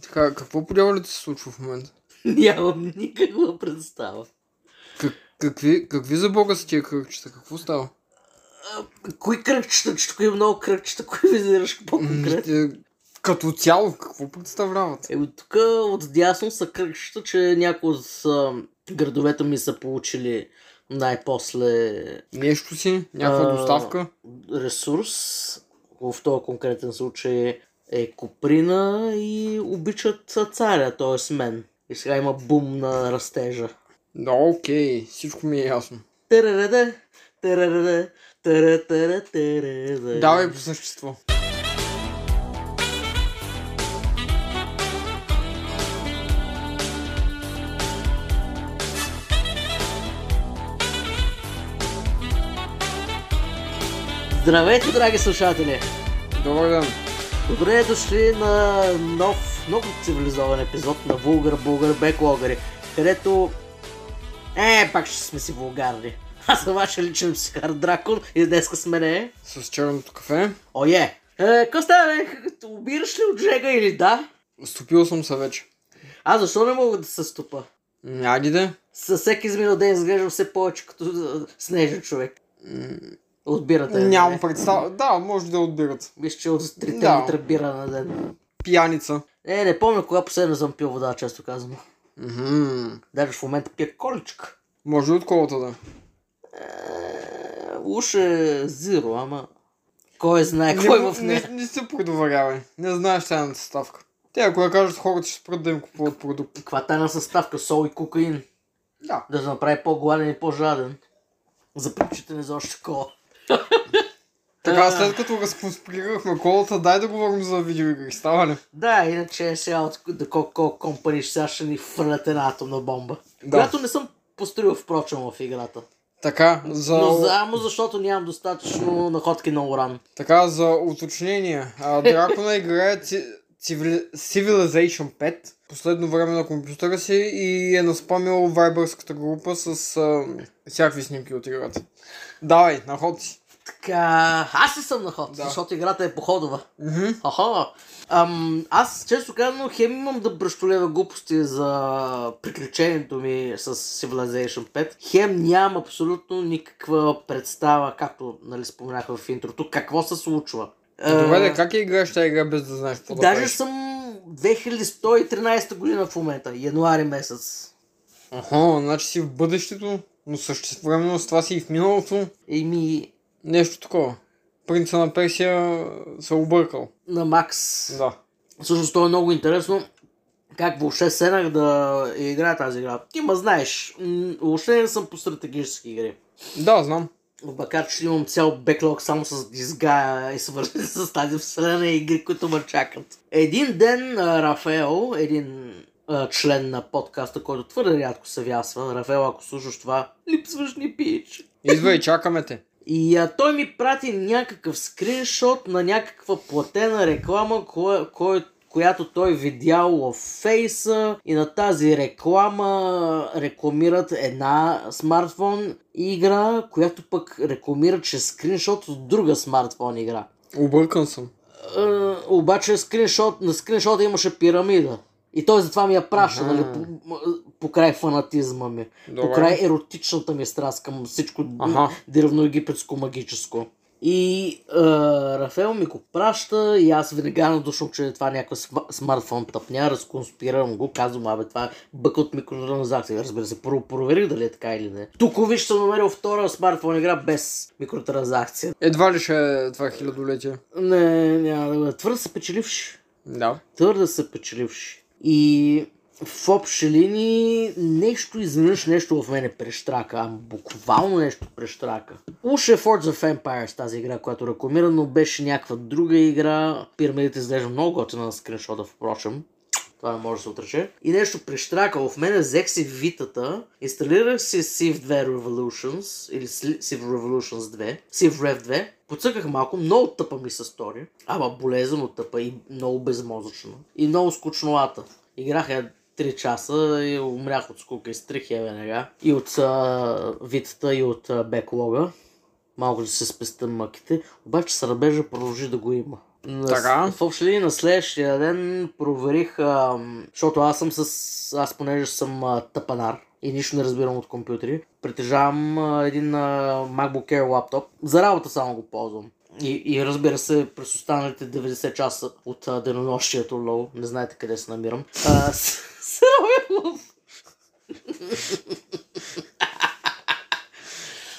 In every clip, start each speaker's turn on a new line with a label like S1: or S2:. S1: Така, какво по дяволите се случва в момента?
S2: Нямам никаква представа.
S1: Как, какви, какви за бога са тия кръгчета? Какво става?
S2: Кои кръгчета? Че тук има много кръгчета, кои визираш по-конкретно?
S1: М, е, Като цяло, какво представляват?
S2: Еми тук отдясно са кръгчета, че някои от а, градовете ми са получили най-после
S1: Нещо си? Някаква
S2: А,
S1: доставка?
S2: ресурс, в този конкретен случай е Коприна и обичат царя, т.е. мен. И сега има бум на растежа.
S1: Да, окей, всичко ми е ясно.
S2: Теререде, теререде, тере, тере, теререде.
S1: Давай по същество.
S2: Здравейте, драги слушатели!
S1: Добър ден.
S2: Добре дошли на нов, много цивилизован епизод на Вулгар Булгар Беклогари, където... Е, пак ще сме си вулгарни. Аз съм вашия личен психар Дракон и днеска с мене е...
S1: С черното кафе.
S2: Ое! Е, какво става, бе? Убираш ли от жега или да?
S1: Стопил съм се вече.
S2: Аз защо не мога да се стопа?
S1: М, Айде де.
S2: Със всеки изминал ден изглеждам все повече като е, снежен човек. Отбирате.
S1: Нямам представа. Да, може да я отбират.
S2: Мисля, че от 3
S1: Да.
S2: литра бира на ден.
S1: Пияница.
S2: Е, не помня кога последно съм пил вода, често казвам.
S1: Мгм.
S2: Даже в момента пия количка.
S1: Може и от колата да.
S2: Е, уж е зиро, ама... Кой знае Е, кой
S1: не,
S2: в нея?
S1: Не, не се предоверявай. Не знаеш тайната съставка. Те, ако я кажат, хората ще спрат да им купуват продукт.
S2: Каква тайна съставка? Сол и кокаин.
S1: Да.
S2: Да се направи по-гладен и по-жаден. За причитане за още кола.
S1: Така, след като разконспирирахме колата, дай да говорим за видеоигри. Става ли?
S2: Да, иначе е сега от The Coca-Cola Company сега ще ни фърлят една атомна бомба.
S1: Да.
S2: Която не съм построил впрочем в играта.
S1: Така, за,
S2: Но заедно защото нямам достатъчно находки на уран.
S1: така, за уточнение. А, Дракона играе ци, цивили, Civilization 5 последно време на компютъра си и е наспамил вайбърската група с а, всякакви снимки от играта. Давай, наход си.
S2: Така, аз не съм на ход,
S1: Да.
S2: защото играта е походова.
S1: Мгм.
S2: Аха. Ам, аз често казано хем имам да бръщолева глупости за приключението ми с Civilization 5. Хем нямам абсолютно никаква представа, както нали, споменах в интрото, какво се случва.
S1: Добре,
S2: А,
S1: да, как я играеш тази игра без да знаеш какво да
S2: Даже
S1: правиш?
S2: съм 2113 година в момента, януари месец.
S1: Аха, значи си в бъдещето, но същевременно с това си и в миналото.
S2: И ми
S1: Нещо такова. Принца на Персия се е объркал.
S2: на Макс.
S1: Да.
S2: Всъщност то е много интересно как въобще седнах да играя тази игра. Ти ма знаеш, м, въобще не съм по стратегически игри.
S1: Да, знам.
S2: Макар, че имам цял беклог само с дизгая и свързани с тази вселена игри, които ме чакат. Един ден а, Рафаел, един а, член на подкаста, който твърде рядко се вясва, Рафаел, ако слушаш това, липсваш ни пич.
S1: Идва и чакаме те.
S2: И а, той ми прати някакъв скриншот на някаква платена реклама, коя, кой, която той видял в фейса и на тази реклама рекламират една смартфон игра, която пък рекламира, че е скриншот от друга смартфон игра.
S1: Объркан съм.
S2: Е, обаче скриншот, на скриншота имаше пирамида. И той затова ми я праща,
S1: Аха.
S2: нали, по- м- покрай фанатизма ми.
S1: Добре.
S2: Покрай еротичната ми страст към всичко
S1: Аха.
S2: древноегипетско магическо. И а, Рафаел ми го праща и аз веднага дошъл, че това е някаква сма- смартфон тъпня, разконспирам го, казвам, абе това е бък от микротранзакции. Разбира се, първо проверих дали е така или не. Тук виж съм намерил втора смартфон игра без микротранзакция.
S1: Едва ли ще е това хилядолетие.
S2: Не, няма да бъде. Твърде се печеливши
S1: Да.
S2: твърда са печеливши. И в общи линии нещо изведнъж нещо в мене прещрака, ама буквално нещо прещрака. Уж е Forge of Empires тази игра, която рекламира, но беше някаква друга игра. Пирамидите изглежда много готина на скриншота, впрочем. Това не може да се отрече. И нещо прещрака в мене, взех си витата, инсталирах си Civ 2 Revolutions, или Сли- Civ Revolutions 2, Civ Rev 2, подсъках малко, много тъпа ми се стори, ама болезнено тъпа и много безмозъчно. И много скучновата. Играх я 3 часа и умрях от скука, изтрих я веднага. И от а, витата, и от а, беклога. Малко да се спестя мъките, обаче сърбежа продължи да го има. На,
S1: Така.
S2: В общи линии на следващия ден проверих, ам, защото аз съм с... Аз понеже съм а, тъпанар и нищо не разбирам от компютри, притежавам а, един а, MacBook Air лаптоп. За работа само го ползвам. И, и разбира се, през останалите 90 часа от а, денонощието, лол, не знаете къде се намирам, а, с- се ровя в...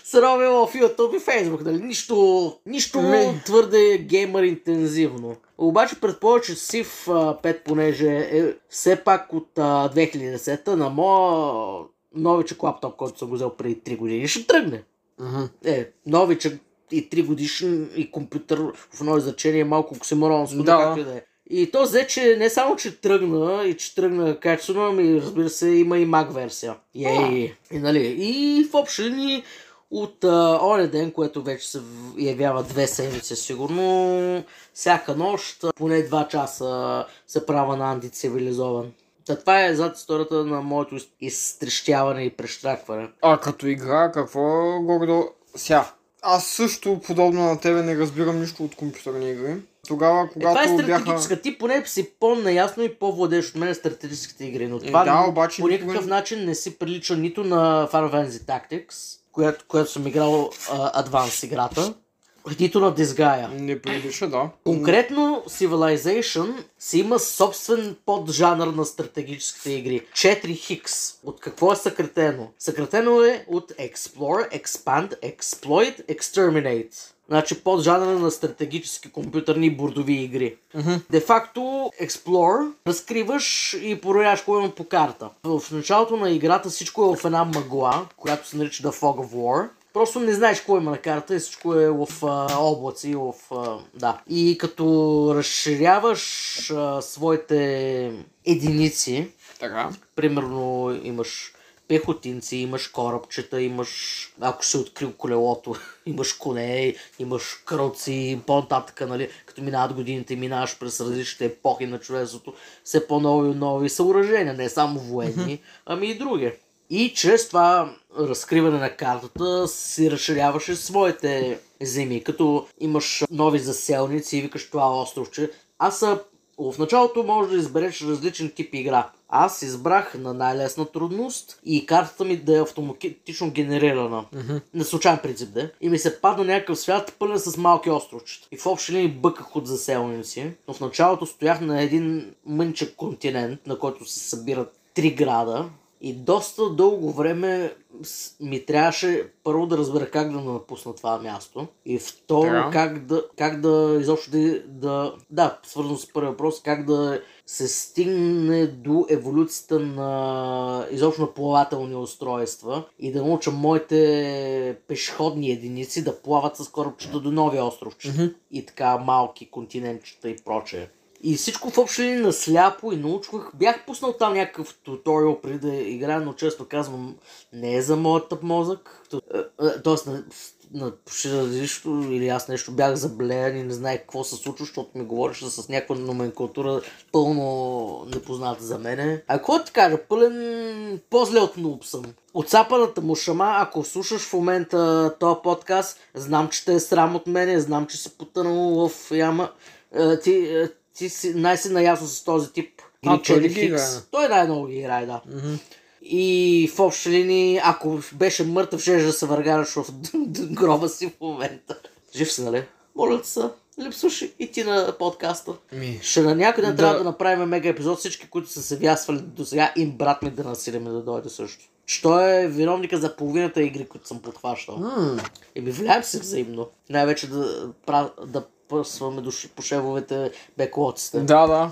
S2: се ровя в YouTube и Facebook, нали? Нищо, нищо
S1: Не.
S2: твърде геймър интензивно. Обаче предполага, че Сив 5, понеже е все пак от а, 2010-та на моя новичък лаптоп, който съм го взел преди 3 години, ще тръгне
S1: Мгм.
S2: е, новичък и 3 годишен и компютър в едно изречение е малко оксиморонско,
S1: Да.
S2: да. както и да е. И то взе, че не само, че тръгна и че тръгна качествено, ами разбира се, има и Mac версия. Ей! И, нали, и в общи линии от а, оня ден, което вече се в- явява две седмици сигурно, всяка нощ, а, поне 2 часа се права на антицивилизован. Та това е зад историята на моето из- изтрещяване и прещракване.
S1: А като игра, какво гордо... Сега, аз също, подобно на тебе, не разбирам нищо от компютърни игри. Тогава,
S2: Е, това е
S1: когато бяха...
S2: стратегическа. Ти поне си по-наясно и по-владееш от мен стратегическите игри, но
S1: Е,
S2: това
S1: да,
S2: н-
S1: обаче
S2: по
S1: никога
S2: никакъв начин не си прилича нито на Final Fantasy Tactics, която, която съм играл а, Advance играта, нито на Disgaea.
S1: не прилича, да.
S2: Конкретно Civilization си има собствен поджанър на стратегическите игри. 4 хикс. От какво е съкратено? Съкратено е от Explore, Expand, Exploit, Exterminate. Значи поджанъра на стратегически компютърни и бордови игри.
S1: Мгм.
S2: Де факто, Explore, разкриваш и проявяваш кое има по карта. В началото на играта всичко е в една мъгла, която се нарича The Fog of War. Просто не знаеш кое има на карта и всичко е в а, облаци, в... А, да. И като разширяваш а, своите единици,
S1: Така.
S2: примерно имаш пехотинци, имаш корабчета, имаш, ако си открил колелото, имаш коне, имаш кръци, по-нататък, нали, като минават годините, минаваш през различните епохи на човечеството, все по-нови и нови съоръжения, не само военни, ами и други. И чрез това разкриване на картата си разширяваше своите земи, като имаш нови заселници и викаш това островче. Аз са в началото можеш да избереш различен тип игра. Аз избрах на най-лесна трудност и картата ми да е автоматично генерирана. На случайен принцип да е. И ми се падна някакъв свят пълен с малки островчета. И в общи линии бъках от заселници. Но в началото стоях на един мънчък континент, на който се събират три града. И доста дълго време с- ми трябваше първо да разбера как да напусна това място. И второ,
S1: Така.
S2: как да, как да изобщо да, да... Да, свързано с първия въпрос, как да се стигне до еволюцията на изобщо на плавателни устройства и да науча моите пешеходни единици да плават с корабчета до нови островчета
S1: Мгм.
S2: и така малки континентчета и прочее. И всичко в общи линии насляпо и научвах. Бях пуснал там някакъв туториал преди да играя, но често казвам, не е за моят тъп мозък. То- е, е, Тоест, на, на почти различно или аз нещо бях заблеян и не знаех какво се случва, защото ми говореше с някаква номенклатура пълно непозната за мене. А какво ти кажа, пълен по-зле от нуб съм. Отцапаната му шама, ако слушаш в момента този подкаст, знам, че те е срам от мене, знам, че си потънал в яма. Е, Ти, е, ти си най-си наясно с този тип.
S1: А,
S2: Или
S1: той ли
S2: Чери
S1: ги
S2: Хикс.
S1: играе?
S2: Той най-много ги играе, да.
S1: Мгм.
S2: И в общи линии, ако беше мъртъв, ще да се въргараш в д- д- гроба си в момента. Жив си, нали? Моля ти се, липсваш и ти на подкаста.
S1: Ми.
S2: Ще на някой ден
S1: Да.
S2: трябва да направим мега епизод, всички, които са се вясвали до сега, им брат ми да насилиме да дойде също. Че той е виновника за половината игри, които съм подхващал.
S1: М,
S2: Еми, влияем се взаимно. Най-вече да, пра- да пръсваме души по шевовете беклоците.
S1: Да, да.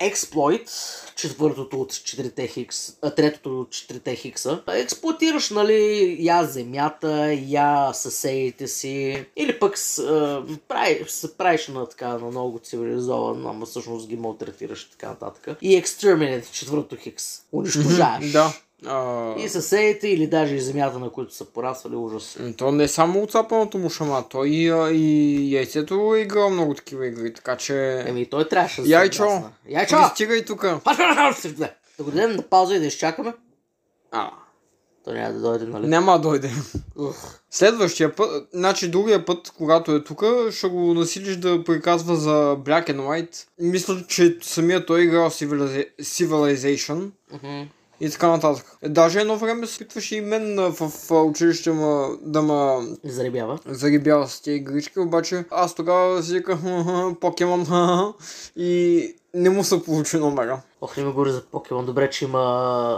S2: Експлойт, четвъртото от четирите хикс, а, третото от четирите хикса, експлуатираш, нали, я земята, я съседите си, или пък с, а, прави, се правиш на така, на много цивилизован, ама всъщност ги малтретираш и така нататък. И Exterminate, четвърто хикс, унищожаваш.
S1: Да. А,
S2: И съседите, или даже и земята, на които са порасвали, ужас.
S1: м, то не е само отцапаното му шама, то и, а, и яйцето е играл много такива игри, така че... Е,
S2: Еми, той трябваше да се
S1: Яйчо!
S2: отблъсне. Яйчо!
S1: Пристигай тук.
S2: Да го дадем на пауза и да изчакаме.
S1: А,
S2: То няма да дойде, нали?
S1: Няма да дойде.
S2: Ух.
S1: Следващия път, значи другия път, когато е тук, ще го насилиш да приказва за Black and White. Мисля, че самия той е играл Civiliza- Civilization
S2: Мгм.
S1: и така нататък. Е, Даже едно време се питваше и мен а, в а, училище ма, да ма
S2: Заребява.
S1: зарибява с тези игрички, обаче аз тогава си виках «Ха-ха, покемон ха-ха», и не му се получи номера.
S2: Ох, не ми говори за покемон. Добре, че има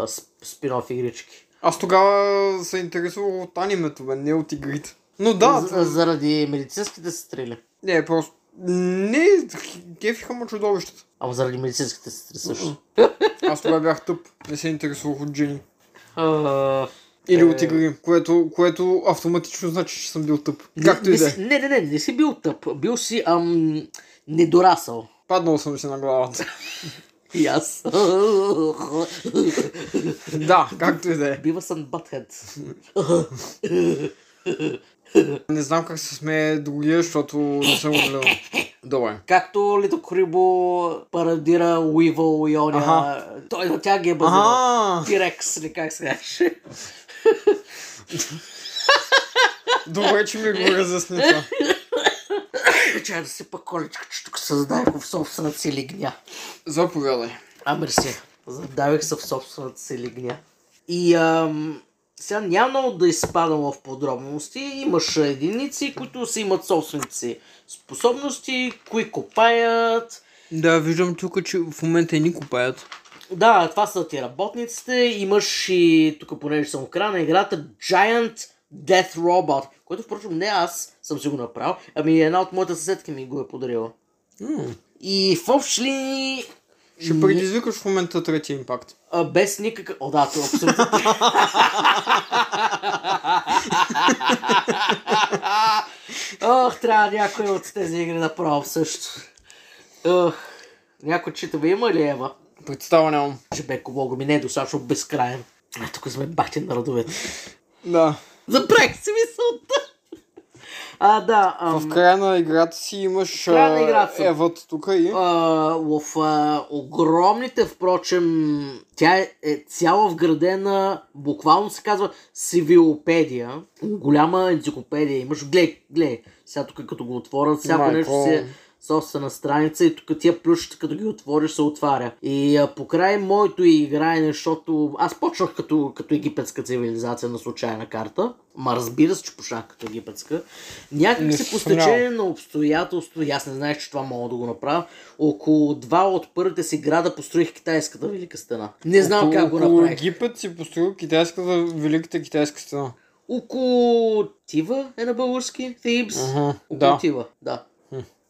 S2: сп- спин-оф игрички.
S1: Аз тогава се интересувах от анимето, бе, не от игрите. Но да,
S2: З- заради медицинските сестри.
S1: не, просто не, кефиха му чудовищата.
S2: Ама заради медицинските сестри също.
S1: Аз тогава бях тъп, не се интересувах от жени.
S2: А,
S1: Или
S2: Е.
S1: от игри, което, което автоматично значи, че съм бил тъп. Както
S2: не,
S1: и да е.
S2: си- Не, не, не, не си бил тъп. Бил си ам, недорасъл.
S1: Паднал съм си на главата.
S2: И аз.
S1: да, както и да е.
S2: Бива съм батхед.
S1: Не знам как се смее другия, защото не съм го гледал. Добре.
S2: Както Лито Крибо парадира Уивъл и оня.
S1: Аха.
S2: Той на тя ги е базирал.
S1: Ага,
S2: Тирекс или как се каже.
S1: добре, че ми го разясни това.
S2: Чай да си пък колечка, че тук създай в собствената си лигня.
S1: Заповядай.
S2: А, мерси. Задавих се в собствената си лигня. И ам, сега няма много да изпадам в подробности. Имаш единици, които си имат собствените си способности, кои копаят.
S1: Да, виждам тук, че в момента и ни купаят.
S2: Да, това са ти работниците. Имаш и, тук понеже съм в края на играта, Giant Death Robot, който впрочем не аз съм си го направил, ами една от моята съседки ми го е подарила. И в общи линии
S1: Ще предизвикаш в момента третия импакт.
S2: А, без никакъв... О, да, то е абсолютно... Ох, трябва някой от тези игри да пробвам също. Ох, някой читава има ли Ева?
S1: Представа нямам.
S2: Че бе, Богу ми не е достатъчно безкраен. А, тук сме бати на родовете.
S1: Да.
S2: Забрах си мисълта. А, да. Ам...
S1: В края на играта си имаш
S2: края на играта съм.
S1: Евът тук и...
S2: а, в а, огромните, впрочем, тя е, е цяла вградена, буквално се казва сивилопедия. Голяма енциклопедия имаш. Глей, глей, сега тук като го отворят, всяко
S1: Майко.
S2: нещо си е собствена страница и тук тия плюшчета, като ги отвориш, се отваря. И а, покрай моето играене, защото аз почнах като, като египетска цивилизация на случайна карта, ма разбира се, че почнах като египетска, някак
S1: Не
S2: се по
S1: съм знал.
S2: стечение на обстоятелство, и аз не знаех, че това мога да го направя, около два от първите си града построих китайската велика стена. Не знам
S1: Около-
S2: как го
S1: около
S2: направих.
S1: Египет си построил китайската, великата китайска стена.
S2: Около Тива е на български, Thebes.
S1: Ага,
S2: Около
S1: да.
S2: Тива, да.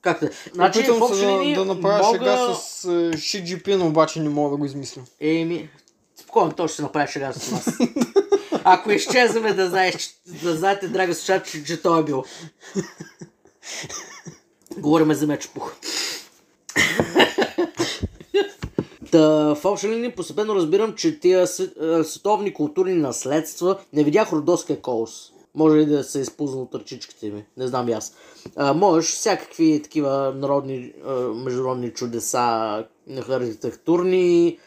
S2: Как да? Значи,
S1: Значи,
S2: в
S1: Опитвам се
S2: общи линии
S1: да, да направя
S2: мога...
S1: шега с е, Ши Джипин, обаче не мога да го измисля.
S2: Еми, спокойно, той ще се направи шега с нас. Ако изчезваме, да, знаеш, че- да знаете, драги слушатели, че, че той е бил. Говориме за мечпух. Та, в общи линии постепенно разбирам, че тия св- а, световни културни наследства не видях родоския колос. Може ли да се е използвал от ръчичките ми? Не знам и аз. А, можеш всякакви такива народни, а, международни чудеса, архитектурни,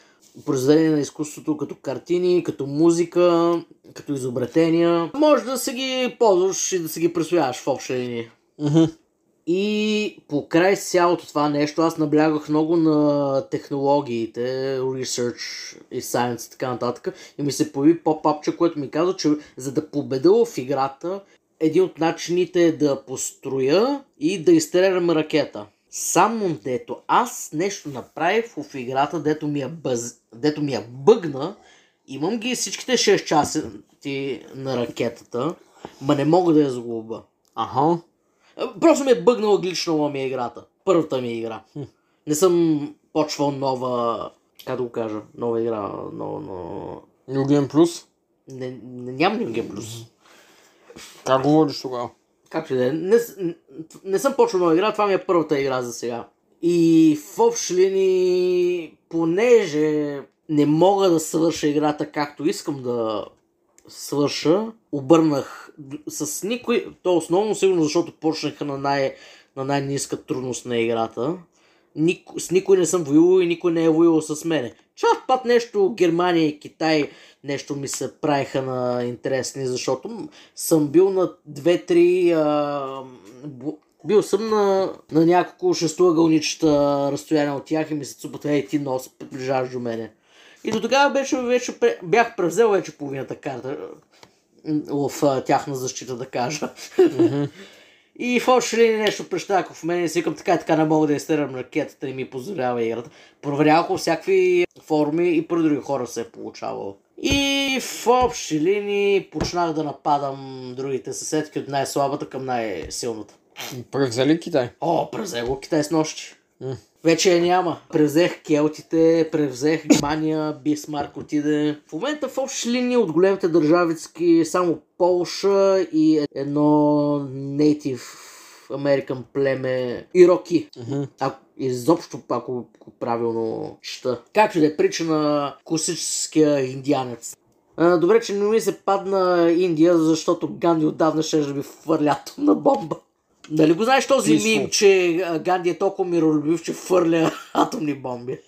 S2: произведения на изкуството, като картини, като музика, като изобретения. Може да се ги ползваш и да се ги присвояваш в общи линии. И покрай цялото това нещо аз наблягах много на технологиите, research и science и така нататък. И ми се появи поп-апче, което ми каза, че за да победа в играта, един от начините е да построя и да изстрелям ракета. Само дето аз нещо направих в играта, дето ми я, бъз... дето ми я бъгна, имам ги всичките 6 часа ти на ракетата, ма не мога да я загубя.
S1: Аха.
S2: Просто ме е бъгнала гличнала ми е играта. Първата ми е игра. Не съм почвал нова, как да го кажа, нова игра, нова, нова...
S1: Юген Плюс.
S2: Не, не, нямам New Game Plus.
S1: Как говориш тогава?
S2: Както и да е. Не, с- н- не съм почвал нова игра, това ми е първата игра за сега. И в общи линии, понеже не мога да свърша играта както искам да свърша, обърнах д- с никой, то основно сигурно защото почнах на, най- на най-низка трудност на играта, Ник... с никой не съм воювал и никой не е воювал с мене. Чак път нещо Германия и Китай нещо ми се правиха на интересни, защото м- съм бил на 2-3 а... бу- бил съм на, на няколко шестоъгълничета разстояние от тях и ми се цупат, ей ти много се приближаваш до мене. И до тогава беше, вече, пре- бях превзел вече половината карта м, в а, тяхна защита, да кажа. И в общи линии нещо прещаков в мен и си викам така и така не мога да изтерам ракетата и ми позволява играта. Проверявах по всякакви форми и при други хора се е получавало. И в общи линии почнах да нападам другите съседки от най-слабата към най-силната.
S1: Превзели Китай.
S2: О, превзех го Китай с нощи.
S1: М.
S2: Вече я няма. Превзех келтите, превзех Германия, Бисмарк отиде. В момента в общи линии от големите държавицки само Полша и едно нейтив American племе Ироки. Ако, изобщо, ако, ако правилно чета. Както и да е причина класическия индианец. А, добре, че не ми се падна Индия, защото Ганди отдавна ще да ми фърля атомна бомба. Нали го знаеш този
S1: Мисля.
S2: мим, че а, Ганди е толкова миролюбив, че фърля атомни бомби?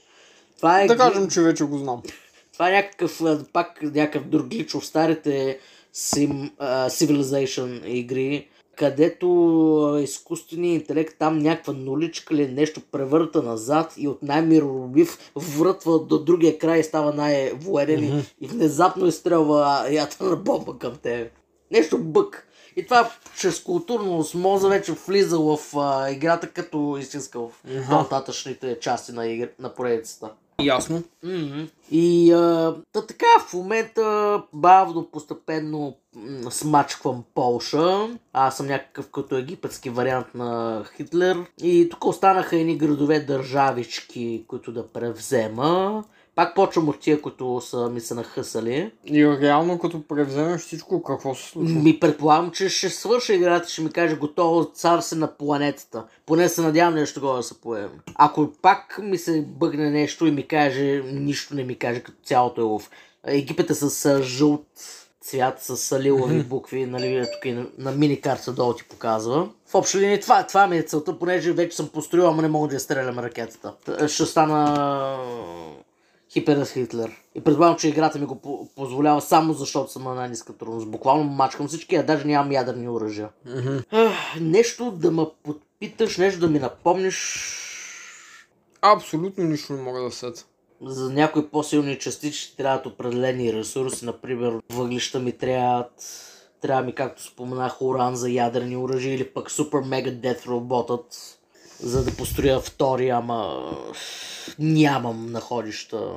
S2: Това е,
S1: Да кажем, че вече го знам.
S2: това е някакъв, а, пак някакъв друг глич в старите sim, а, Civilization игри, където а, изкуственият интелект там някаква нуличка или нещо превърта назад и от най-миролюбив врътва до другия край и става най-военен mm-hmm. и внезапно изстрелва ятана бомба към тебе. Нещо бък. И това чрез културна осмоза вече влиза в а, играта като истинска в
S1: Аха.
S2: по-нататъчните части на, игр... на поредицата.
S1: Ясно.
S2: Мгм. И а, та така, в момента бавно, постепенно м, смачквам Полша. Аз съм някакъв като египетски вариант на Хитлер. И тук останаха едни градове държавички, които да превзема. Пак почвам от тия, които са ми се нахъсали.
S1: И реално като превземеш всичко, какво се случва?
S2: Ми предполагам, че ще свърша играта, ще ми каже готово, цар се на планетата. Поне се надявам нещо такова да се поеме. Ако пак ми се бъгне нещо и ми каже, нищо не ми каже, като цялото е лов. Египет е с а, жълт цвят, с а, лилави букви, нали, е тук и на, на миникарта долу ти показва. В общи линии това, това ми е целта, понеже вече съм построил, ама не мога да я стрелям ракетата. Та, Ще стана Хипер Хитлер. И предполагам, че играта ми го по- позволява само защото съм на най-ниска трудност. Буквално мачкам всички, а даже нямам ядърни оръжия.
S1: Мгм.
S2: Ах, нещо да ме подпиташ, нещо да ми напомниш
S1: Абсолютно нищо не мога да сета.
S2: за някои по-силни частички трябват определени ресурси, например въглища ми трябват, трябва ми, както споменах, уран за ядрени оръжия или пък супер мега дет роботът, за да построя втори, ама нямам находища.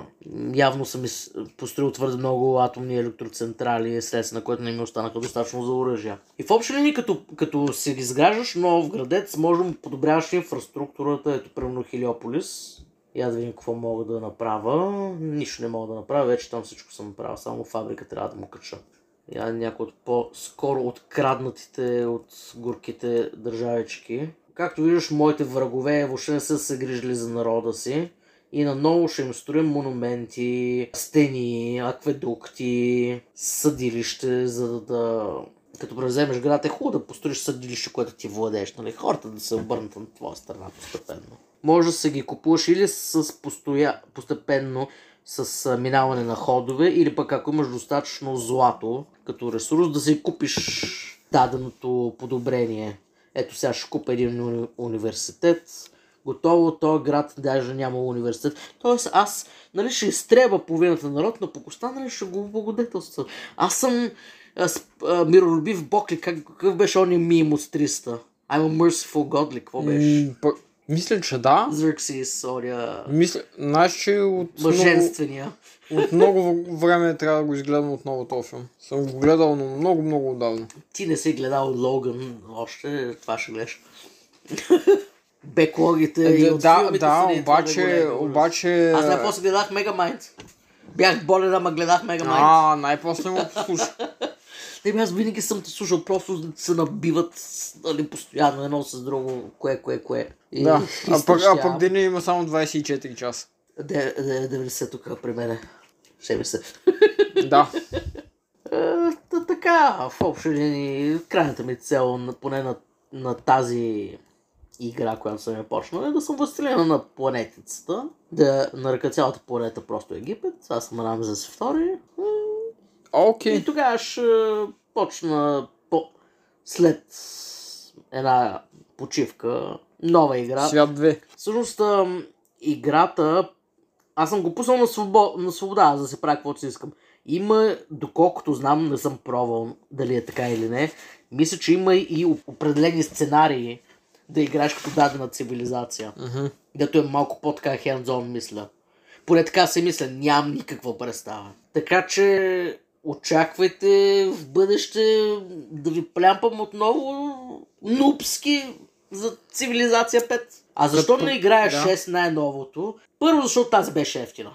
S2: Явно съм из... построил твърде много атомни електроцентрали, следствие на което не ми останаха достатъчно за оръжия. И в общи линии, като, като се изграждаш нов градец, може да му подобряваш инфраструктурата, ето примерно Хелиополис. И аз да видим какво мога да направя. Нищо не мога да направя, вече там всичко съм направил, само фабрика трябва да му кача. Я някои от по-скоро откраднатите от горките държавички. Както виждаш, моите врагове въобще не са се грижили за народа си. И наново ще им строим монументи, стени, акведукти, съдилище, за да, да... Като превземеш град е хубаво да построиш съдилище, което ти владееш, нали? Хората да се обърнат на твоя страна постепенно. Може да се ги купуваш или с постоя... постепенно с а, минаване на ходове, или пък ако имаш достатъчно злато като ресурс, да си купиш даденото подобрение. Ето сега ще купя един уни- университет. Готово, този град даже няма университет. Тоест аз нали, ще изтреба половината народ, но пък останали ще го благодетелствам. Аз съм а, с, а, миролюбив бог ли, как, какъв беше он мим от 300? I'm a merciful god ли, какво беше?
S1: М, пъ- Мисля, че да.
S2: Зърксис, соря,
S1: Мисля, знаеш, че от много,
S2: мъженствения.
S1: от много в- време трябва да го изгледам отново този филм. Съм го гледал, но много, много отдавна.
S2: Ти не си гледал Логан още, това ще гледаш. Беклогите
S1: Е,
S2: и
S1: да,
S2: от
S1: да,
S2: филмите са ни това
S1: обаче,
S2: неголеми.
S1: обаче...
S2: Аз най-после гледах Мегамайнд. Бях болен, ама гледах Мегамайнд.
S1: А, най-после му послуша.
S2: Те ми аз винаги съм те слушал, просто се набиват с- нали, постоянно едно с друго, кое, кое, кое. И-
S1: да,
S2: и
S1: а пък, а
S2: стащава.
S1: пък деня има само 24 часа.
S2: Де- де- 90 тук при мене. 70.
S1: Да.
S2: Е, Та така, в общи линии, крайната ми цел, на- поне на, на тази игра, която съм я почнал, е да съм възстелена на планетицата, да наръка цялата планета просто е Египет, аз съм Рамзес II. м,
S1: Окей.
S2: И тогава ще е, почна по... след една почивка, нова игра.
S1: Свят 2.
S2: Всъщност, ам, играта, аз съм го пуснал на, свобо... на свобода, за да се правя каквото си искам. Има, доколкото знам, не съм пробвал дали е така или не, мисля, че има и оп- определени сценарии да играеш като дадена цивилизация.
S1: Мгм.
S2: Дето е малко по-така хендзон, мисля. Поне така се мисля, нямам никаква представа. Така че очаквайте в бъдеще да ви плямпам отново нупски за цивилизация 5. А защо
S1: Като-
S2: не играеш
S1: да.
S2: 6 най-новото? Първо, защото тази беше ефтина.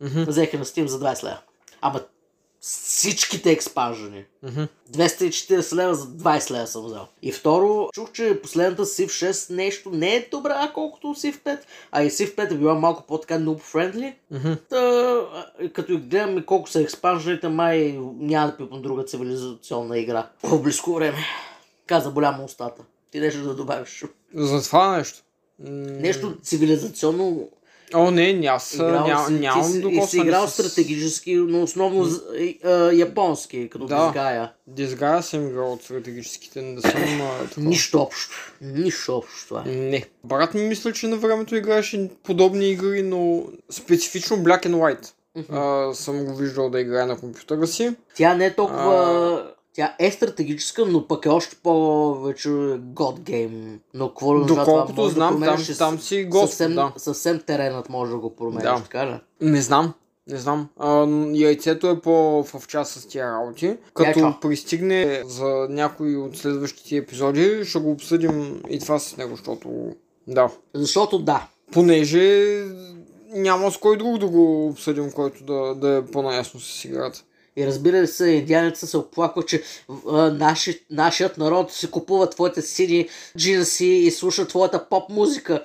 S1: Мгм.
S2: Взеха на Steam за 20 лева. Ама всичките експанжени.
S1: Мгм.
S2: 240 лева за 20 лева съм взел. И второ, чух, че последната Civ 6 нещо не е добра, колкото Civ 5, а и Civ 5 е била малко по-така noob-friendly.
S1: Мгм.
S2: Та, а, като гледам и колко са експанжените, май няма да пипам друга цивилизационна игра. В близко време. Каза голяма устата. Ти нещо да добавиш.
S1: За това нещо. М,
S2: Нещо цивилизационно
S1: О, не, не, аз
S2: играл
S1: ням,
S2: си,
S1: нямам
S2: ти си, и си
S1: докосване
S2: играл
S1: с-
S2: стратегически, но основно з- и, а, японски, като
S1: Да.
S2: да. Дизгая.
S1: Дизгая съм играл от стратегическите, не съм... а, такова.
S2: Нищо общо. Нищо общо това е.
S1: Не. Брат ми мисля, че на времето играеше подобни игри, но специфично Black and White.
S2: Мгм.
S1: А, съм го виждал да играе на компютъра си.
S2: Тя не е толкова... Тя е стратегическа, но пък е още повече God Game. Но какво ли означава това?
S1: Доколкото
S2: Може да
S1: знам, там,
S2: променяш и
S1: там
S2: с-
S1: си господ,
S2: съвсем,
S1: да.
S2: съвсем теренът може да го промениш,
S1: Да.
S2: така ли?
S1: Не знам. Не знам. А, н- яйцето е по-в час с тия работи. Като
S2: Яйчо.
S1: пристигне за някои от следващите епизоди, ще го обсъдим и това с него, защото... Да.
S2: Защото да,
S1: Понеже няма с кой друг да го обсъдим, който да, да е по-наясно с играта.
S2: И разбира се, индианеца се оплаква, че а, наши, нашият народ си купува твоите сини джинси и слуша твоята поп музика.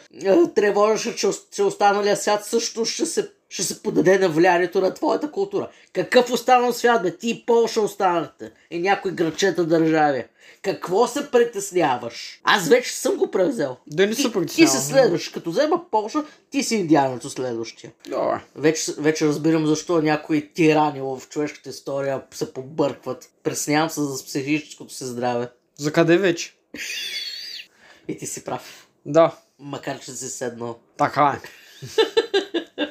S2: Тревожеше, че, ос- че останалия свят също ще се, ще се подаде на влиянието на твоята култура. Какъв останал свят, бе? Ти и Полша останахте. И някои грачета държави. Какво се притесняваш? Аз вече съм го превзел.
S1: Да не
S2: Ти,
S1: се
S2: ти
S1: притеснявам.
S2: се следваш. Като взема Полша, ти си индианецо следващия.
S1: Добре.
S2: Вече, вече разбирам защо някои тирани в човешката история се побъркват. Преснявам се за психическото си здраве.
S1: За къде вече?
S2: И ти си прав.
S1: Да.
S2: Макар, че си седнал.
S1: Така е.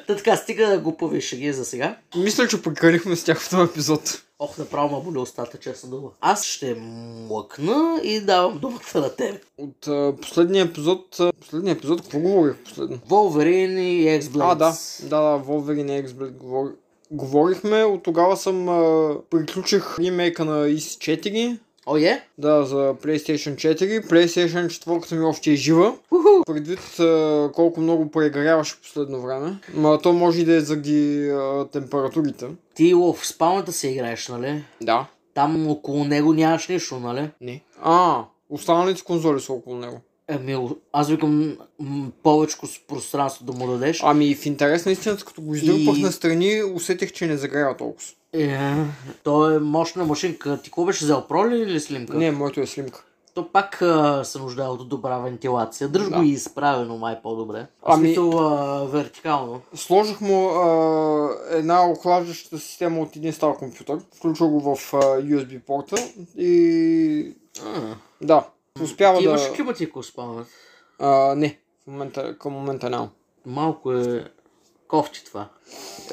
S2: Та така, стига да го повиша ги за сега.
S1: Мисля, че прекалихме с тях в този епизод.
S2: Ох, направо ма боли устата, честна дума. Аз ще млъкна и давам думата на теб.
S1: От а, последния епизод... а, Последния епизод, какво говорих последно?
S2: Wolverine и X-Blades.
S1: А, да. Да, да, Wolverine и X-Blade говори... говорихме. От тогава съм... А, приключих ремейка на IS-4.
S2: О, е?
S1: Да, за PlayStation 4. PlayStation 4 ми още е жива.
S2: Уху!
S1: Предвид а, колко много прегряваше последно време. Ма то може и да е заради а, температурите.
S2: Ти в спалнята си играеш, нали?
S1: Да.
S2: Там около него нямаш нищо, нали?
S1: Не. А, останалите конзоли са около него.
S2: Еми, аз викам м- повече пространство да му дадеш.
S1: Ами в интерес на истината, като го издърпах
S2: И-
S1: настрани, усетих, че не загрява толкова.
S2: Е, то е мощна машинка. Ти какво беше взел? Проли или слимка?
S1: Не, моето е слимка.
S2: То пак а, се нуждае от добра вентилация. Дръж го
S1: Да.
S2: и изправено май по-добре.
S1: Ами-
S2: Ами... Смисъл, а, вертикално.
S1: Сложих му а, една охлаждаща система от един стар компютър. Включил го в а, USB порта и...
S2: А,
S1: Да, успява
S2: ти
S1: да...
S2: имаш климатико спалнат.
S1: А, не, в момента, към момента няма.
S2: Малко е кофти това.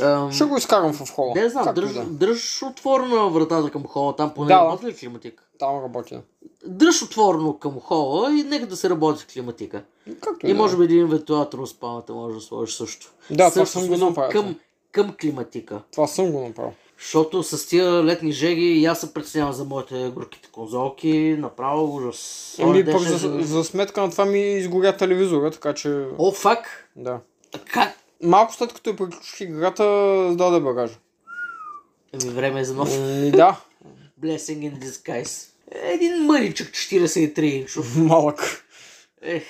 S2: Ам...
S1: Ще го изкарам в хола.
S2: Не знам,
S1: Както
S2: дръж,
S1: да.
S2: дръж отворена вратата към хола, там поне
S1: Да, да.
S2: работи ли климатик?
S1: Там работя.
S2: Дръж отворено към хола и нека да се работи с климатика.
S1: Както
S2: И може
S1: да. е.
S2: би един вентилатор от спалната може да сложиш също.
S1: Да, това
S2: Също
S1: съм го
S2: смисъл
S1: направил.
S2: Към, към климатика.
S1: Това съм го направил.
S2: Защото с тия летни жеги и аз се притеснявам за моите горките конзолки. Направо ужас.
S1: Ами
S2: Той
S1: пък
S2: днешен-
S1: за, за сметка на това ми изгоря телевизора, така че...
S2: О, фак!
S1: Да.
S2: Как?
S1: Малко след като я приключих играта, даде багажа.
S2: Еми, време е за нов
S1: М, да,
S2: Blessing in Disguise. Един мъничък 43 инчов.
S1: малък.
S2: Ех.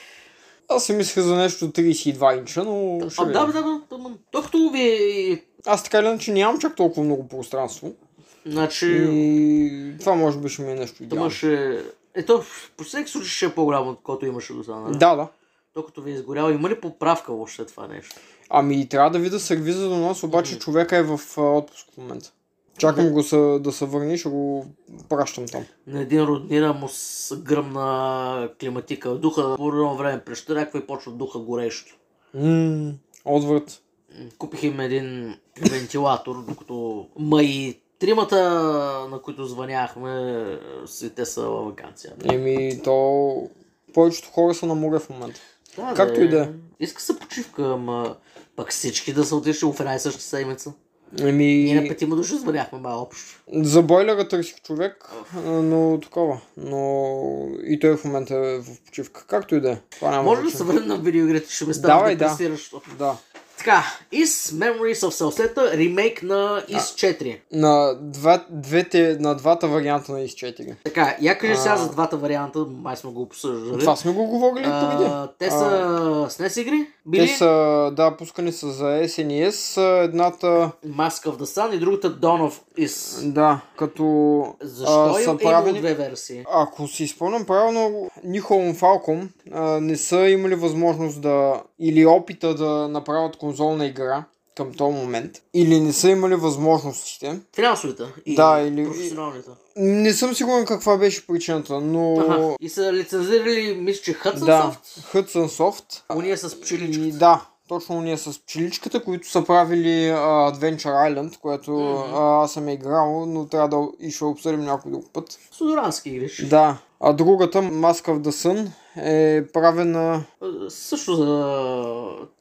S1: Аз си мислех за нещо 32 инча, но ще
S2: А, да,
S1: видим.
S2: бе, да, да, да, ма, Докато ви...
S1: Аз така или иначе нямам чак толкова много пространство.
S2: Значи...
S1: И това може би ще ми е нещо
S2: Да
S1: идеално.
S2: имаше... Ето, по всеки случай ще е по-голямо, отколкото имаше до сега. нали?
S1: Да, да.
S2: Докато ви е изгорял, има ли поправка въобще това нещо?
S1: Ами трябва да видя сервиза до нас, обаче
S2: Мгм.
S1: човека е в а, отпуск в момента. Чакам го са, да се върни, ще го пращам там.
S2: На един роднина му с гръмна климатика. Духа по едно време прещряква и почва духа горещо.
S1: Ммм, отврат.
S2: М, Купих им един вентилатор, докато... Ма и тримата, на които звъняхме, си те са във вакансия.
S1: Еми, то... Повечето хора са на море в момента.
S2: Да,
S1: Както и да е.
S2: Иска се почивка, ама пък всички да са отишли в една и съща седмица. И на
S1: Еми,
S2: пъти му души звъняхме, ма общо.
S1: за бойлера търсих човек, а, но такова. Но и той в момента е в почивка. Както и да е. Това няма
S2: Може да се
S1: значение.
S2: върнем на видеоигрите, ще ме става
S1: Давай, да.
S2: депресиращо.
S1: Да.
S2: Така, Is Memories of Salsetta, ремейк на Is 4.
S1: На, два, двете, на двата варианта на X4.
S2: Така, я кажи
S1: А.
S2: сега за двата варианта, май сме го обсъждали.
S1: Това сме го говорили
S2: А,
S1: преди.
S2: те са с NES игри, били
S1: Те са, да, пускани са за SNES. а, Едната,
S2: Mask of the Sun и другата Dawn of Is.
S1: да, като...
S2: Защо
S1: а, са
S2: има
S1: правени-
S2: две версии?
S1: Ако си спомням правилно, Nicholon Falcom а, не са имали възможност да или опита да направят конзолна игра към този момент, или не са имали възможностите.
S2: Финансовите и
S1: Да, или-
S2: професионалните.
S1: Не съм сигурен каква беше причината, но
S2: Аха. И са лицензирали, мисля, че Hudson
S1: да,
S2: Soft.
S1: Hudson Soft.
S2: Уния с пчелички.
S1: И да, точно ние с пчеличката, които са правили а, Adventure Island, което
S2: Мгм.
S1: а, аз съм е играл, но трябва да и ще обсъдим някой друг път.
S2: Судорански игриш.
S1: Да, а другата, Mask of the Sun, е правена
S2: А, Също за...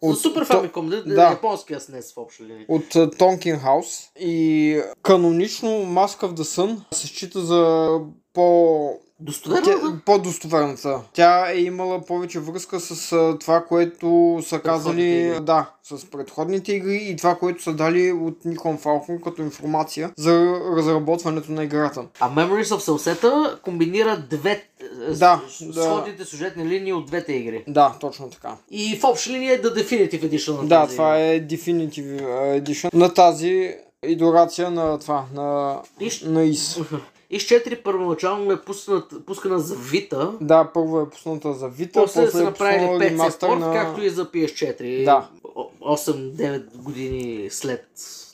S1: От-
S2: за Super
S1: то-
S2: Famicom, да,
S1: да.
S2: японския SNES в общи линии.
S1: от Тонкин Хаус и канонично Mask of the Sun се счита за по...
S2: Достоверно,
S1: тя- по-достоверната. Тя е имала повече връзка с а, това, което са казали,
S2: игри.
S1: да, с предходните игри и това, което са дали от Nikon Falcon като информация за разработването на играта.
S2: А Memories of Salsetta комбинира две е, с-
S1: Да,
S2: с-
S1: да.
S2: сходните сюжетни линии от двете игри.
S1: Да, точно така.
S2: И в общи линии е The Definitive Edition на
S1: Да,
S2: тази
S1: това
S2: игра.
S1: е Definitive а, Edition на тази идорация на това, на,
S2: Иш-
S1: на ИС.
S2: И с 4 първоначално е пуснат, пускана за Vita,
S1: Да, първо е пусната за Vita,
S2: после,
S1: после,
S2: са
S1: е
S2: направили
S1: пуснала
S2: 5
S1: ремастър
S2: спорт,
S1: на...
S2: както и за PS4.
S1: Да.
S2: О- 8-9 години след.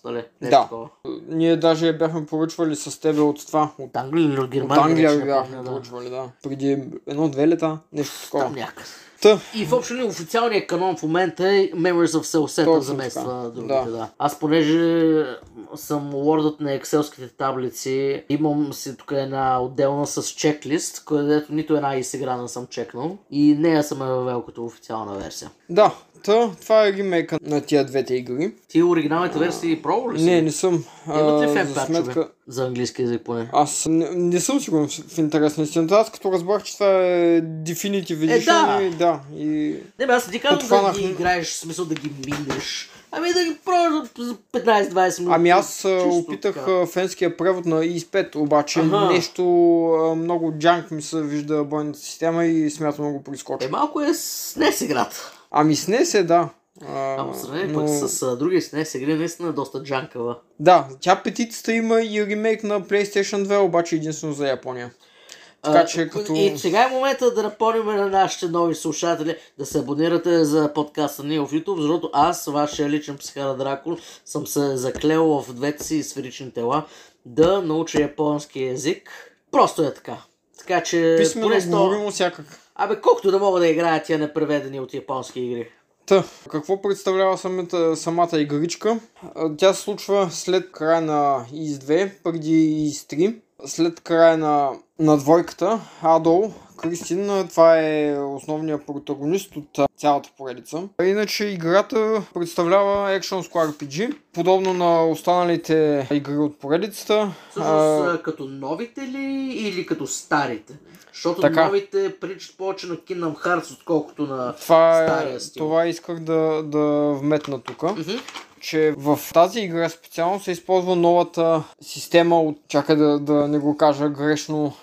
S2: Нали? Нещо
S1: Да.
S2: такова.
S1: Ние даже я бяхме поръчвали с тебе от това, от
S2: От Англия или от
S1: От
S2: Германия?
S1: Англия
S2: вече
S1: ви
S2: не
S1: бяхме
S2: помня,
S1: поръчвали, да. Преди едно-две лета, нещо
S2: Там
S1: такова.
S2: някъде.
S1: Та,
S2: И в общи линии официалният канон в момента е Memories of Salsetta
S1: Точно
S2: замества
S1: така.
S2: другите, да.
S1: Да.
S2: Аз понеже съм лордът на екселските таблици, имам си тук една отделна с чеклист, където нито една изигра не съм чекнал и нея съм я въвел като официална версия.
S1: да, та, това е ремейка на тия двете игри.
S2: Ти оригиналните версии пробвал ли си?
S1: Не, не съм.
S2: Имат ли
S1: а,
S2: фен
S1: за сметка.
S2: за английски язик поне?
S1: Аз не, не съм сигурен в в интерес на истината. Аз като разбрах, че това е Definitive
S2: Е,
S1: Edition
S2: да.
S1: и да. И...
S2: Не, бе, аз не ти казвам да
S1: Подхванах-
S2: ги играеш, в смисъл да ги минеш. Ами да ги пробваш за 15-20 минути.
S1: Ами аз а,
S2: е Чисто
S1: опитах
S2: така.
S1: а, фенския превод на ES5, обаче
S2: Аха.
S1: нещо а, много джанк ми се вижда бойната система и смятам да го
S2: Е,
S1: прискоча.
S2: малко е с днес играта.
S1: Ами с не се, да. А,
S2: Ама в сравнение
S1: но-
S2: пък с а, други SNES игри, наистина е доста джанкава.
S1: Да, тя петицата има и ремейк на PlayStation 2, обаче единствено за Япония. Така
S2: А,
S1: че като-
S2: И сега е момента да напомним на нашите нови слушатели да се абонирате за подкаста ни в YouTube, защото аз, вашия личен психара Дракон, съм се заклел в двете си сферични тела да науча японски язик. Просто е така. Така че...
S1: Писмено
S2: Е, поне сто-
S1: говорим всякак.
S2: Абе, колкото да мога да играя тия непреведени от японски игри.
S1: Та, какво представлява самата, самата игричка? А, Тя се случва след края на ИС-2, преди ИС-3, след края на, на двойката, Адол, Кристин, а, това е основният протагонист от а, цялата поредица. А Иначе играта представлява Action Square RPG, подобно на останалите игри от поредицата.
S2: Всъщност, а... като новите ли или като старите? Защото
S1: Така.
S2: новите приличат повече на Kingdom Hearts, отколкото на...
S1: Това, е,
S2: Стария стил.
S1: това исках да, да вметна тук,
S2: Мгм.
S1: че в тази игра специално се използва новата система от, чакай да, да не го кажа грешно,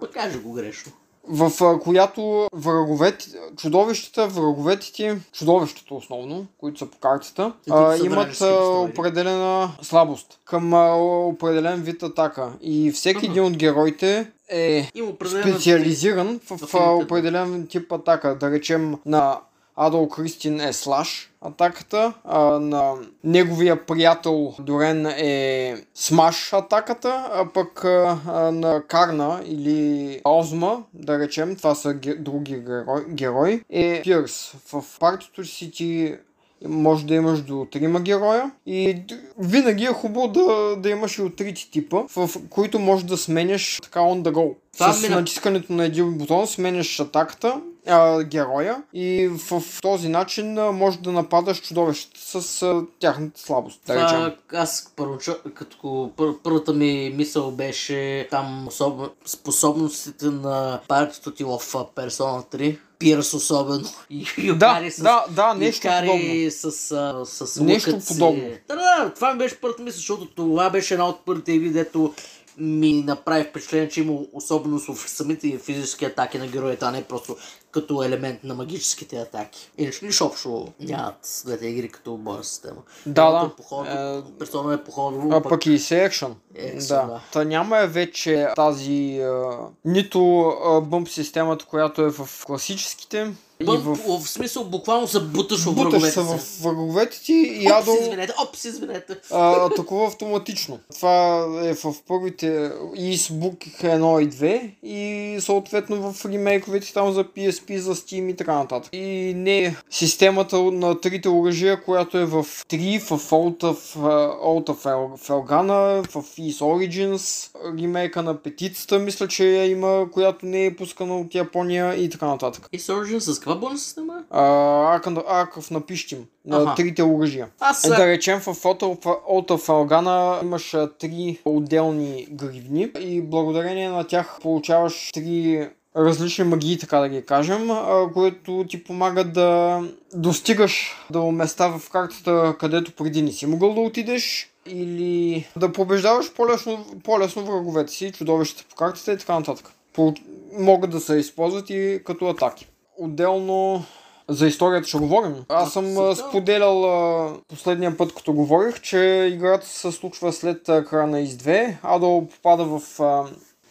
S2: Пък кажа го грешно.
S1: в а, която враговете, чудовищата, враговете ти, чудовищата основно, които са по картата,
S2: И които
S1: а,
S2: са
S1: имат
S2: вражески
S1: а,
S2: пистолети.
S1: определена слабост към а, определен вид атака. И всеки
S2: Мгм.
S1: един от героите е
S2: Има определена...
S1: специализиран в,
S2: в
S1: а,
S2: името.
S1: определен тип атака. Да речем на Адол Кристин е слаш атаката, а на неговия приятел Дорен е смаш атаката, а пък а, а, на Карна или Озма, да речем, това са ге- други герои, герои е Пирс. В партито си ти може да имаш до трима героя и д- винаги е хубаво да, да имаш и от трите типа, в които можеш да сменяш така on the go.
S2: Това
S1: С
S2: ми нап-
S1: натискането на един бутон сменяш атаката, а, героя и в, в този начин а, можеш да нападаш чудовищата с а, тяхната слабост, да речем.
S2: Това, е аз първоча, като пър, първата ми мисъл беше там особено способностите на партито ти в а, Persona 3. Пирс особено. И, и
S1: Да,
S2: удари с
S1: да, да, нещо подобно.
S2: Икари с, а, с
S1: Нещо
S2: лъкът си.
S1: подобно.
S2: Да, да, да, това ми беше първата мисъл, защото това беше една от първите игри, дето ми направи впечатление, че има особеност в самите физически атаки на героите, а не просто като елемент на магическите атаки. Иначе нищо общо нямат двете игри като боя система.
S1: Да,
S2: Едното
S1: да.
S2: е Походно,
S1: Е,
S2: персона е походно,
S1: А пък и се екшън.
S2: Action,
S1: Да.
S2: да.
S1: Та няма е вече тази а, нито а, бъмп системата, която е в класическите.
S2: Бъм,
S1: и в...
S2: в... смисъл буквално се буташ
S1: Буташ
S2: в враговете
S1: се
S2: си.
S1: в враговете ти и ядо
S2: Опс, извинете, опс, извинете.
S1: а, атакува автоматично. Това е в първите и с Book 1 и 2 и съответно в ремейковете там за PSP, за Steam и така нататък. И не е системата на трите оръжия, която е в 3, в Old of, а, Old of Fel- Felgana, в East Origins, ремейка на петицата, мисля, че я има, която не е пускана от Япония и така нататък.
S2: И Surgeon с каква бонус система?
S1: А, Аркан- Аркъв на пищим на
S2: Аха.
S1: трите оръжия.
S2: Аз
S1: Е,
S2: а,
S1: да речем, в Фото Фалгана имаш а, три отделни гривни и благодарение на тях получаваш три различни магии, така да ги кажем, а, което ти помага да достигаш до места в картата, където преди не си могъл да отидеш или да побеждаваш по-лесно, по-лесно враговете си, чудовищата по картата и така нататък. По- могат да се използват и като атаки. Отделно за историята ще говорим. Аз съм а, споделял а, последния път, като говорих, че играта се случва след а, края на Из-2. Адол попада в а,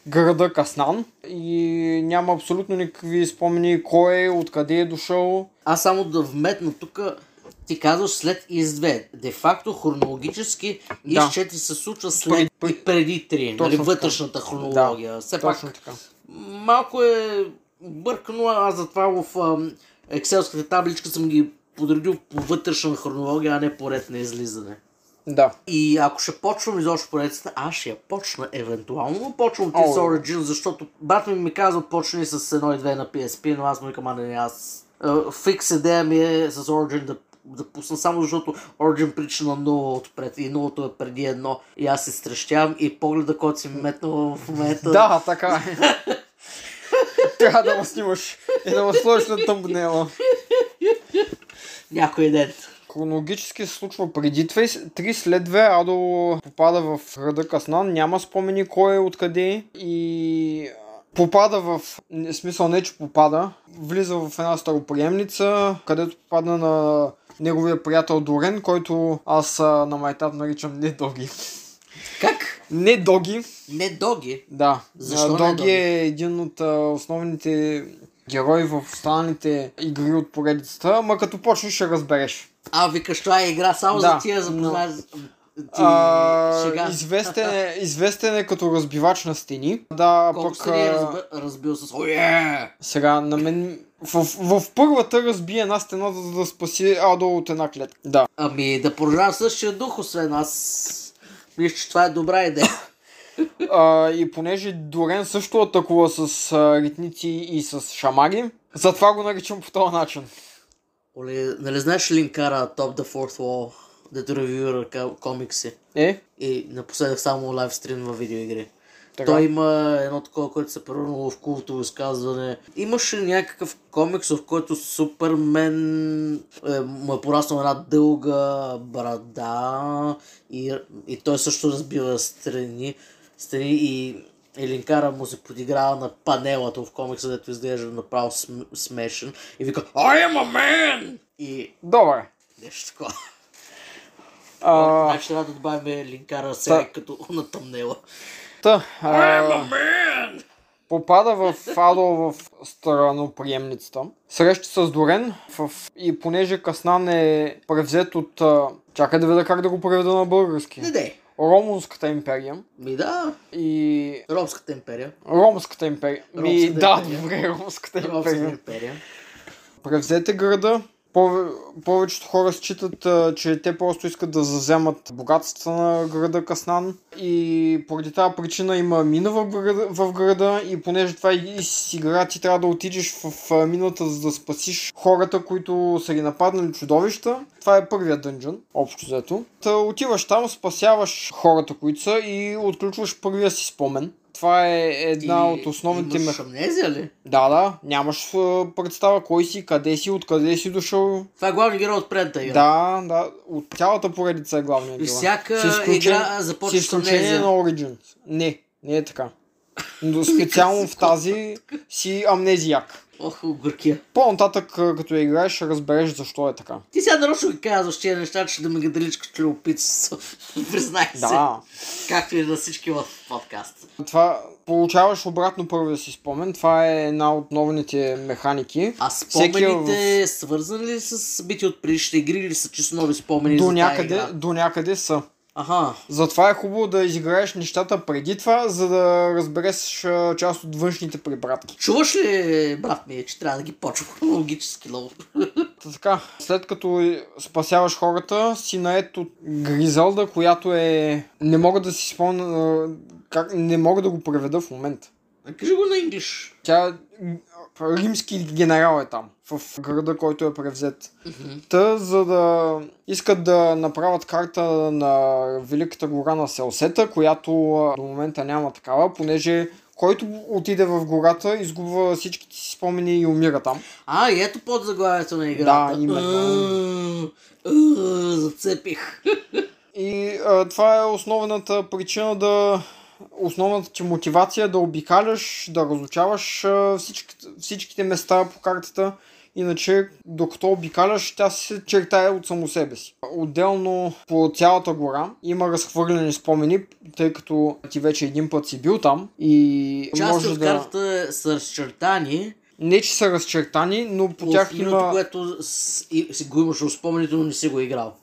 S1: града Каснан и няма абсолютно никакви спомени кой е, откъде е дошъл.
S2: аз само да вметна тук, ти казваш след из 2. Де факто хронологически из
S1: Да.
S2: 4 се случва след
S1: Преди-
S2: и преди 3,
S1: Точно
S2: нали,
S1: така.
S2: вътрешната хронология. Все пак
S1: Точно така.
S2: малко е бъркано, аз затова в ам, екселската табличка съм ги подредил по вътрешна хронология, а не по ред на излизане.
S1: Да.
S2: И ако ще почвам изобщо поредицата, аз ще я почна евентуално. Почвам ти
S1: О.
S2: с Origin, защото брат ми ми казва почни с едно и две на PSP, но аз му викам, а не, не, аз... а, Фикс идея ми е с Origin да, да пусна, само защото Origin прича на нула отпред и нулото е преди едно. И аз се стрещявам и погледа, който си ми метнал в момента.
S1: Да, така е. Трябва да го снимаш и да го сложиш на тъмбнела.
S2: Някой ден.
S1: Хронологически се случва преди 3, след 2 Адо попада в града Каснан, няма спомени кой е, откъде е и а, попада в, не- смисъл не, че попада, влиза в една староприемница, където попадна на неговия приятел Дорен, който аз а, на майтап наричам не Доги.
S2: Как?
S1: Не Доги,
S2: Не доги.
S1: да.
S2: Защо
S1: А,
S2: не
S1: Доги
S2: Доги?
S1: е един от а, основните герои в останалите игри от поредицата, ама като почнеш ще разбереш.
S2: А, викаш, това е игра само
S1: Да,
S2: за тия запознай. Ти...
S1: А,
S2: шега.
S1: известен, е, известен е като разбивач на стени. Да,
S2: Колко
S1: пък.
S2: се ни е
S1: а,
S2: разби- разбил с... О, е!
S1: Сега, на мен. В, в, в първата разби една стена, за да спаси Адо от една клетка. Да.
S2: Ами да продължавам същия дух, освен аз. Мисля, че това е добра идея.
S1: А, и понеже Дорен също атакува с а, ритници и с шамари, затова го наричам по този начин.
S2: Оле, нали знаеш линкара Top the Fourth Wall, дето ревюира ка- комикси?
S1: Е, и
S2: И напоследък само лайвстрим във видеоигри.
S1: така.
S2: Той има едно такова, което се превърнало в култово изказване. Имаше някакъв комикс, в който Супермен е, му е пораснал една дълга брада и, и той също разбива страни, страни и Елинкара му се подиграва на панелата в комикса, дето изглежда направо см, смешен и вика I am a man! И
S1: Добре.
S2: нещо такова.
S1: А,
S2: Значи трябва да добавим Линкара сега като на тъмнела.
S1: та, а,
S2: a man!
S1: Попада в Адо в страноприемницата. Среща с Дорен в... и понеже Каснан е превзет от... а, Чакай да видя как да го преведа на български.
S2: Не, не.
S1: Ромунската империя
S2: Ми да,
S1: и
S2: Ромската империя.
S1: Ромската империя. Ми,
S2: Ромската
S1: да,
S2: империя.
S1: добре, Ромската
S2: Ромската
S1: империя.
S2: империя.
S1: Превзете града. Пове- повечето хора считат, а, че те просто искат да заземат богатства на града Каснан. И поради тази причина има мина в града, в града и понеже това е и с игра, ти трябва да отидеш в, а, мината, за да спасиш хората, които са ги нападнали чудовища. Това е първият дънжън, общо взето. Та отиваш там, спасяваш хората, които са и отключваш първия си спомен. Това е една
S2: И
S1: от основните
S2: имаш
S1: механизми.
S2: амнезия ли?
S1: Да, да, нямаш а, представа кой си, къде си, откъде си дошъл.
S2: Това е главният герой от предната игра.
S1: Да, да, от цялата поредица е главният
S2: И
S1: герой.
S2: всяка
S1: С изключение-
S2: игра
S1: С
S2: започва с
S1: изключение
S2: амнезия.
S1: на Origins. Не, не е така. Но специално в тази си амнезияк.
S2: Ох, горкия.
S1: По-нататък, а, като я играеш, ще разбереш защо е така.
S2: Ти сега нарочно ги казваш тия неща, че да ме ги далиш като любопитство. Признай се.
S1: Да.
S2: Както и на всички в подкаст.
S1: Това получаваш обратно първия си спомен. Това е една от новните механики.
S2: А
S1: Всеки е в-
S2: спомените свързани ли с бити от предишните игри или са чисто нови спомени
S1: До
S2: за
S1: някъде,
S2: тая игра?
S1: до някъде са.
S2: Аха.
S1: Затова е хубаво да изиграеш нещата преди това, за да разбереш а, част от външните препратки.
S2: Чуваш ли, брат ми, е, че трябва да ги почвам хронологически много?
S1: Та така, след като спасяваш хората, си наед от Гризелда, която е... Не мога да си спомня... а, Как... Не мога да го преведа в момента.
S2: А Кажи го на инглиш.
S1: Тя е... Римски генерал е там, в града, който е превзет. Та, за да искат да направят карта на Великата гора на Селсета, която а, до момента няма такава, понеже който отиде в гората, изгубва всичките си спомени и умира там.
S2: А, и ето под заглавието на играта.
S1: Да, именно.
S2: М, м, Зацепих.
S1: И а, това е основната причина да... Основната ти мотивация е да обикаляш, да разучаваш а, всички, всичките места по картата. Иначе, докато обикаляш, тя се чертае от само себе си. Отделно по цялата гора има разхвърлени спомени, тъй като ти вече един път си бил там и
S2: Части
S1: може
S2: от
S1: да...
S2: картата са разчертани,
S1: Не, че са разчертани, но по тях
S2: от минуто,
S1: има
S2: което с- и- си го имаш спомените, но не си го играл.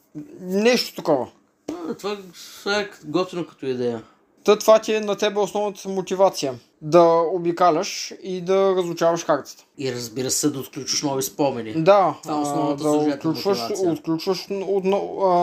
S1: нещо такова.
S2: А, Това е готино като идея.
S1: Та това ти е на тебе основната мотивация. Да обикаляш и да разучаваш картата.
S2: И разбира се, да отключиш нови спомени.
S1: Да,
S2: Това е
S1: а,
S2: основната
S1: да
S2: сюжетна
S1: отключваш,
S2: мотивация.
S1: отключваш от,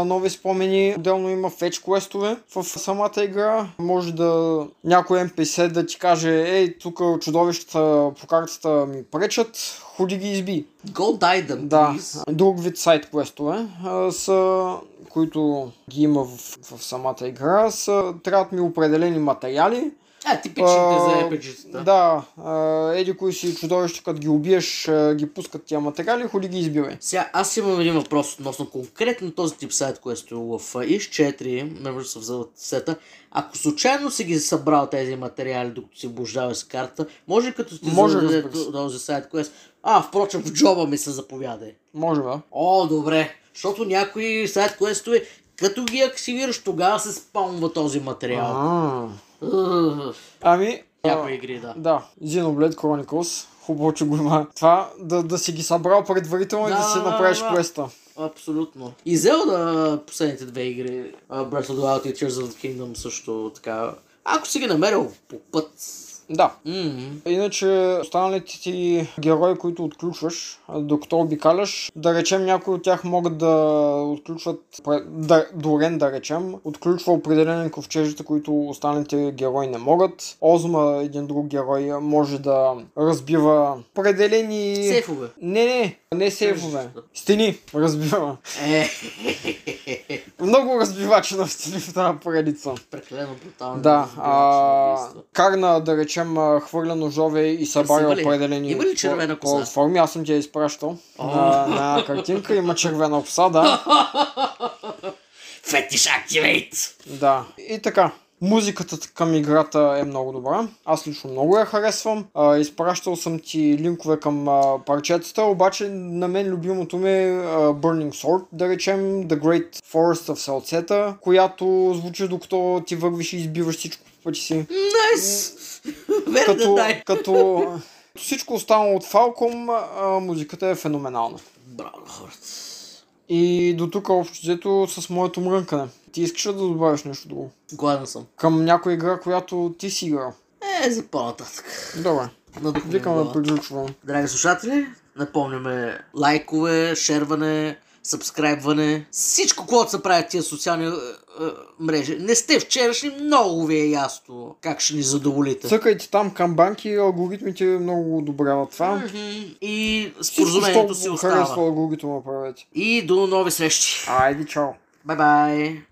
S1: нови спомени. Отделно има фетч квестове в самата игра. Може да някой NPC да ти каже, ей, тук чудовищата по картата ми пречат, ходи ги изби.
S2: Go die them,
S1: Да,
S2: please.
S1: друг вид сайт квестове а, са, които ги има в, в самата игра, са, трябват ми определени материали,
S2: А, типичните
S1: А,
S2: за RPG-тата.
S1: да, а, еди кои си чудовища, като ги убиеш, а, ги пускат тия материали, ходи ги избивай.
S2: Сега, аз имам един въпрос относно конкретно този тип сайт, което в IS4, Members of the Seta. Ако случайно си ги е събрал тези материали, докато си блуждаваш с карта, може ли като ти
S1: Може,
S2: зададе
S1: разбира се.
S2: т- този сайт квест? А, впрочем, в джоба ми се заповядай.
S1: Може да.
S2: О, добре. Защото някои сайт квестове, като ги активираш, тогава се спалва този материал.
S1: А.
S2: Ugh.
S1: Ами,
S2: Някои игри, да.
S1: а, да, Xenoblade Chronicles, хубаво, че го има. Това, да, да си ги събрал предварително и
S2: Да,
S1: да си
S2: да,
S1: направиш
S2: да.
S1: квеста.
S2: Абсолютно. И Zelda последните две игри, а, Breath of the Wild и Tears of the Kingdom също така. Ако си ги намерил по път.
S1: Да.
S2: м,
S1: Иначе останалите ти герои, които отключваш, а, докато обикаляш, да речем някои от тях могат да отключват, пре- да, Дорен да речем, отключва определени ковчежите, които останалите герои не могат. Озма, един друг герой, може да разбива определени...
S2: Сейфове.
S1: Не, не, не сейфове. Стени, разбива.
S2: Е,
S1: Много разбивачи на стили в тази поредица.
S2: прекалено брутално.
S1: Да, а,
S2: Убийство.
S1: карна да речем а, хвърля ножове и
S2: е Красива
S1: събаря
S2: ли е?
S1: определени
S2: Има ли червена
S1: по-
S2: коса?
S1: по- форми. Аз съм ти я изпращал на, на картинка. Има червена коса, да.
S2: Фетиш Activate!
S1: да. И така. Музиката към играта е много добра. Аз лично много я харесвам. А, изпращал съм ти линкове към а, парчетата, обаче на мен любимото ми е а, Burning Sword, да речем The Great Forest of Salceta, която звучи докато ти вървиш и избиваш всичко по пъти си.
S2: Найс! Верно,
S1: Като,
S2: дай!
S1: като всичко останало от Falcom, а, музиката е феноменална.
S2: Браво, хората.
S1: И до тук общо взето с моето мрънкане. Ти искаш ли да добавиш нещо друго?
S2: Гладен съм.
S1: Към някоя игра, която ти си играл.
S2: Е, за по-нататък.
S1: Добре,
S2: Надухваме
S1: викам да
S2: главата.
S1: приключвам.
S2: Драги слушатели, напомняме лайкове, шерване, сабскрайбване, всичко, което се правят тия социални е, е, мрежи. Не сте вчерашни, много ви е ясно как ще ни задоволите.
S1: Цъкайте там камбанки, алгоритмите много го одобряват това.
S2: Мгм. И
S1: Всичко,
S2: споразумението си
S1: що
S2: остава.
S1: харесва алгоритма правете.
S2: И до нови срещи.
S1: Айде, чао!
S2: Бай-бай!